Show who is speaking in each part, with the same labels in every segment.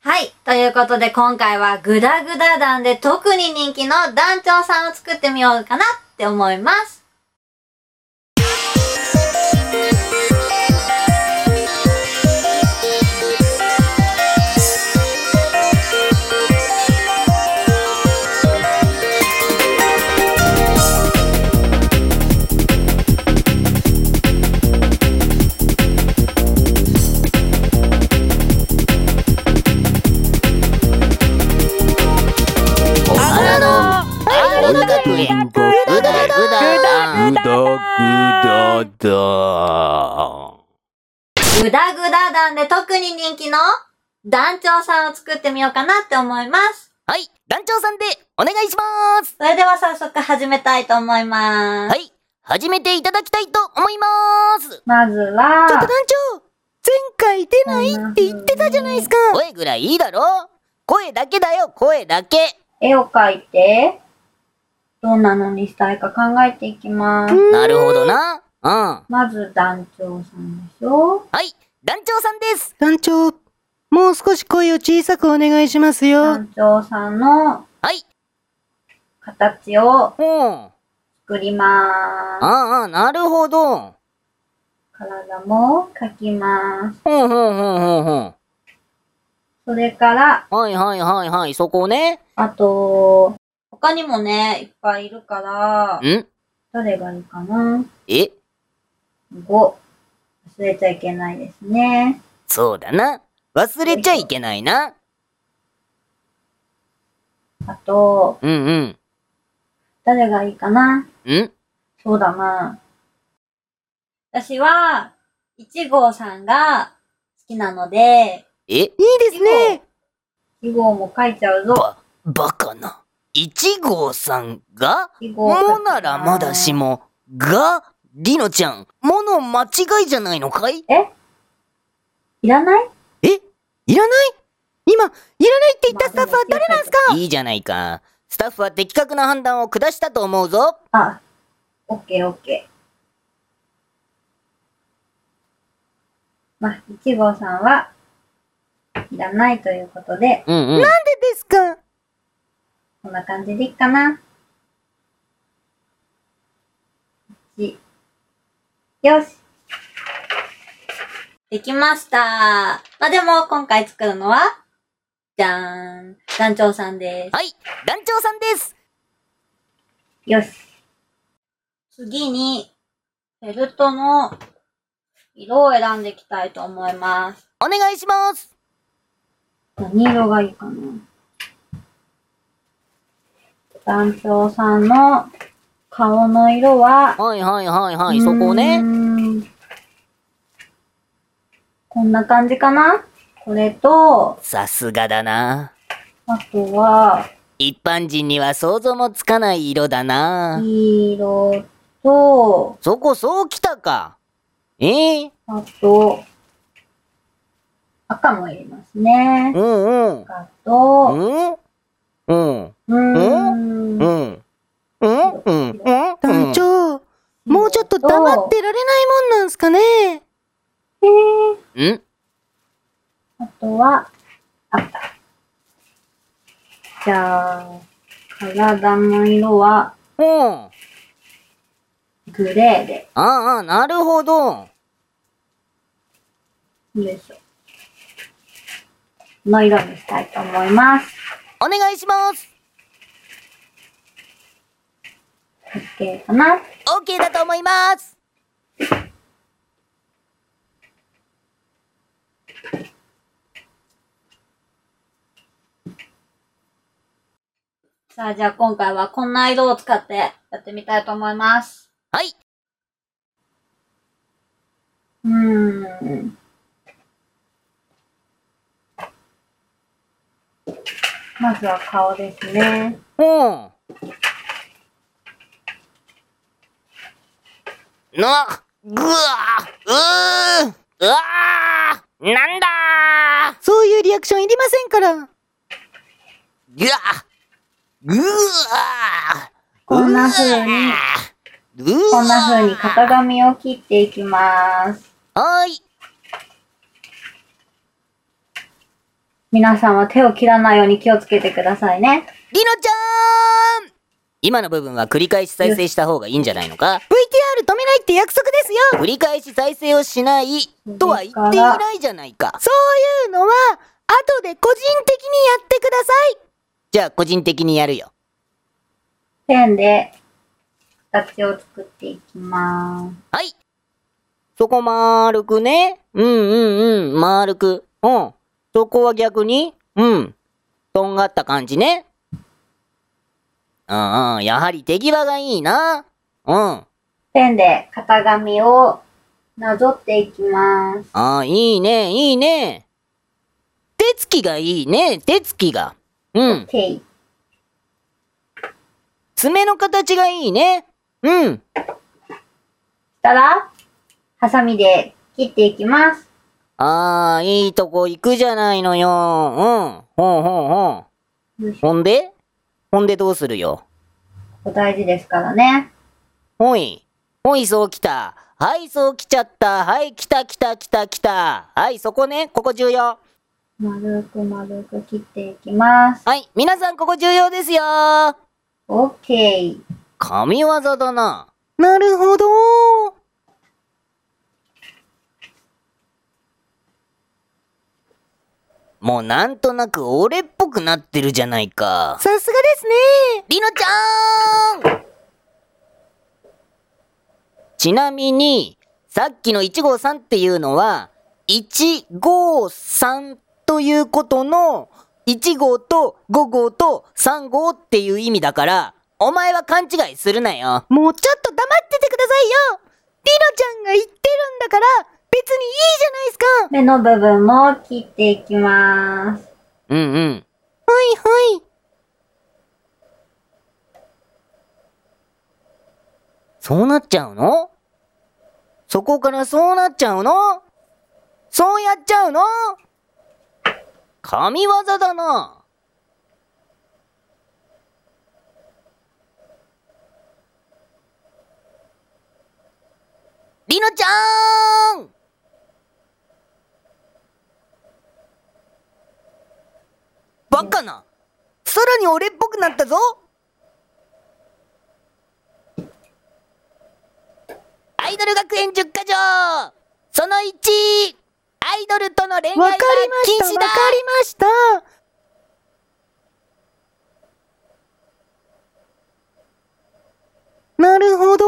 Speaker 1: はい。ということで、今回はグダグダ団で特に人気の団長さんを作ってみようかなって思います。
Speaker 2: あの音楽園うだ
Speaker 3: ぐだ
Speaker 2: うだ
Speaker 3: ぐだだ。
Speaker 1: グダグダ団で特に人気の団長さんを作ってみようかなって思います。
Speaker 2: はい、団長さんでお願いします
Speaker 1: それでは早速始めたいと思います。
Speaker 2: はい、始めていただきたいと思います
Speaker 1: まず
Speaker 4: ちょっと
Speaker 1: は
Speaker 4: 団、長前回出ないって言ってたじゃないですか
Speaker 2: 声ぐらいいいだろ声だけだよ、声だけ
Speaker 1: 絵を描いて、どんなのにしたいか考えていきます。
Speaker 2: なるほどな。うん。は
Speaker 1: まず団長さんでしょ
Speaker 2: い、団長さんです
Speaker 4: 団長、もう少し声を小さくお願いしますよ。
Speaker 1: 団長さんの
Speaker 2: はい。
Speaker 1: 形を
Speaker 2: うん。
Speaker 1: 作ります。
Speaker 2: ああ、なるほど。
Speaker 1: 体も描きます。
Speaker 2: ほんほんほんほんほん。
Speaker 1: それから、
Speaker 2: はいはいはいはい、そこね。
Speaker 1: あと、他にもね、いっぱいいるから、
Speaker 2: ん
Speaker 1: どれがいいかな
Speaker 2: え
Speaker 1: ?5。忘れちゃいけないですね。
Speaker 2: そうだな。忘れちゃいけないな。
Speaker 1: あと、
Speaker 2: うん
Speaker 1: 誰がいいかな
Speaker 2: うん。ん
Speaker 1: そうだな。私は、1号さんが好きなので、
Speaker 2: え
Speaker 4: いいですね。
Speaker 1: 1号も書いちゃうぞ。
Speaker 2: ば、バカな。一号さんが
Speaker 1: 1号
Speaker 2: もならまだし
Speaker 1: も。
Speaker 2: も、が、りのちゃん、もの間違いじゃないのかい
Speaker 1: えいらない
Speaker 4: えいらない今、いらないって言ったスタッフは誰なんですか
Speaker 2: いいじゃないか。スタッフは的確な判断を下したと思うぞ。
Speaker 1: あ、オッケーオッケー。まあ、1号さんは、いらないということで、
Speaker 2: うんうん。
Speaker 4: 誰ですか
Speaker 1: こんな感じでいいかな。1よし。できました。まあ、でも、今回作るのは、じゃーん。団長さんです。
Speaker 2: はい、団長さんです。
Speaker 1: よし。次に、フェルトの色を選んでいきたいと思います。
Speaker 2: お願いします。
Speaker 1: 何色がいいかな団長さんの顔の色は、
Speaker 2: はいはいはいはい、そこね
Speaker 1: う。ーんこんな感じかなこれと、
Speaker 2: さすがだな。
Speaker 1: あとは、
Speaker 2: 一般人には想像もつかない色だな。
Speaker 1: 黄色と、
Speaker 2: そこそうきたか。えー、
Speaker 1: あと、赤も入れますね
Speaker 2: う。ん
Speaker 1: 赤と、
Speaker 2: うん。うん。
Speaker 1: うーん。
Speaker 2: うん。うん。うん。うん。うん。
Speaker 4: 団長、もうちょっと黙ってられないもんなんすかね
Speaker 2: うん。
Speaker 1: あとは、赤。じゃあ、体の色は
Speaker 2: うん。
Speaker 1: グレーで。
Speaker 2: ああ、なるほど。
Speaker 1: よいしょ。この色にしたいと思います。
Speaker 2: お願いします。
Speaker 1: OK かな
Speaker 2: OK だと思います。
Speaker 1: さあ、じゃあ今回はこんな色を使ってやってみたいと思います。
Speaker 2: はい。
Speaker 1: うーん。まずは顔ですね。
Speaker 2: うん。な、ぐわうーうわーなんだー
Speaker 4: そういうリアクションいりませんから。
Speaker 2: ぐわぐわ
Speaker 1: こんな風に、
Speaker 2: うわ
Speaker 1: こんな風に型紙を切っていきます。
Speaker 2: はーい。
Speaker 1: 皆さんは手を切らないように気をつけてくださいね。
Speaker 2: りのちゃーん今の部分は繰り返し再生した方がいいんじゃないのか
Speaker 4: VTR 止めないって約束ですよ
Speaker 2: 繰り返し再生をしないとは言っていないじゃないか。
Speaker 4: そういうのは、後で個人的にやってください
Speaker 2: じゃあ個人的にやるよ。
Speaker 1: ペンで形を作っていきま
Speaker 2: はい。そこまーるくね。うんうんうん、まーるく。うん。そこは逆に、うん。とんがった感じね。うんうん、やはり手際がいいな。うん。あ
Speaker 1: す。ペンで型紙をなぞっていきます。
Speaker 2: あ、いいね、いいね。手つきがいいね、手つきが。うん。
Speaker 1: OK。
Speaker 2: 爪の形がいいね。うん。
Speaker 1: したら、ハサミで切っていきます。
Speaker 2: ああ、いいとこ行くじゃないのよ。うん。ほんほんほん。
Speaker 1: よいしょ
Speaker 2: ほんでほんでどうするよ。
Speaker 1: ここ大事ですからね。
Speaker 2: ほい。ほい、そう来た。はい、そう来ちゃった。はい、来た来た来た来た。はい、そこね。ここ重要。
Speaker 1: 丸く丸く切っていきます。
Speaker 2: はい、皆さんここ重要ですよ。
Speaker 1: OK。
Speaker 2: 神業だな。
Speaker 4: なるほど
Speaker 2: もうなんとなく俺っぽくなってるじゃないか。
Speaker 4: さすがですね
Speaker 2: りのちゃーんちなみに、さっきの153っていうのは、153ということの、1号と5号と3号っていう意味だから、お前は勘違いするなよ。
Speaker 4: もうちょっと黙っててくださいよりのちゃんが言ってるんだから、別にいいじゃないですか
Speaker 1: 目の部分も切っていきます。
Speaker 2: うんうん。
Speaker 4: はいはい。
Speaker 2: そうなっちゃうのそこからそうなっちゃうのそうやっちゃうの神業だな。りのちゃーんバカな
Speaker 4: さらに俺っぽくなったぞ
Speaker 2: アイドル学園10か条その1アイドルとの恋愛
Speaker 4: わ
Speaker 2: は
Speaker 4: かりまし
Speaker 2: 禁
Speaker 4: た
Speaker 2: 止
Speaker 4: わ
Speaker 2: だ
Speaker 4: かりましたなるほど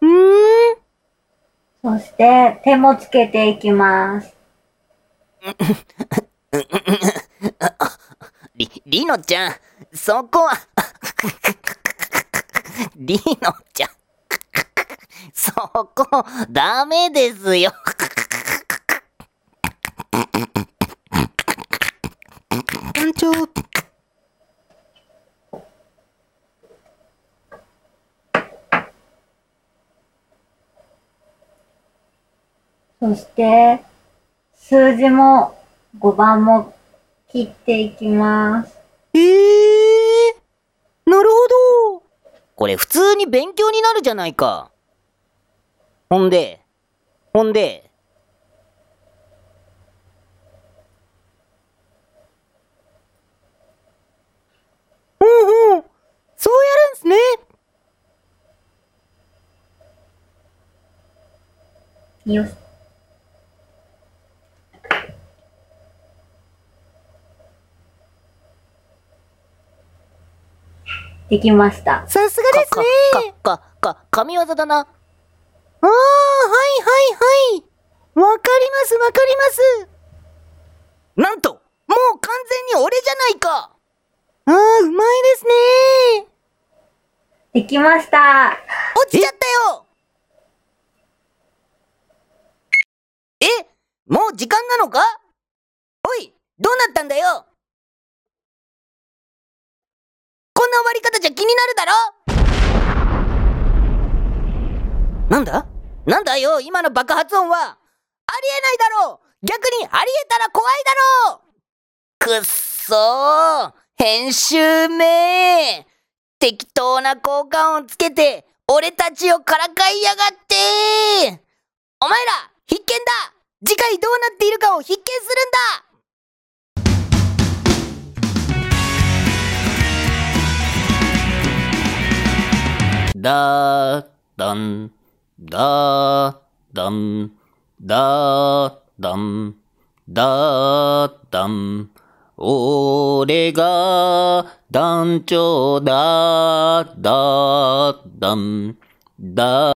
Speaker 4: うーん
Speaker 1: そして、手もつけていきます。
Speaker 2: り、りのちゃん、そこは、 りのちゃん、そこ、ダメですよ。
Speaker 4: 団長
Speaker 1: そして、数字も5番も切っていきます。
Speaker 4: ええー、なるほど
Speaker 2: これ普通に勉強になるじゃないか。ほんで、ほんで、
Speaker 4: うんうんそうやるんすね
Speaker 1: よし。できました。
Speaker 4: さすが
Speaker 2: か
Speaker 4: で、す
Speaker 2: か
Speaker 4: ね、
Speaker 2: か、か、か、神業だな。
Speaker 4: ああはいはいはいわかりますわかります
Speaker 2: なんと、もう完全に俺じゃないか
Speaker 4: ああうまいですね
Speaker 1: できました。
Speaker 2: 落ちちゃったよえもう時間なのかおいどうなったんだよこんな終わり方じゃ気になるだろなんだなんだよ今の爆発音はありえないだろう逆にありえたら怖いだろうくっそー編集めー適当な効果音つけて、俺たちをからかいやがってお前ら、必見だ次回どうなっているかを必見するんだ
Speaker 3: だ、だん、だ、だん、だ、だん、だ、だん。俺が団長だ、だ、だん、だ、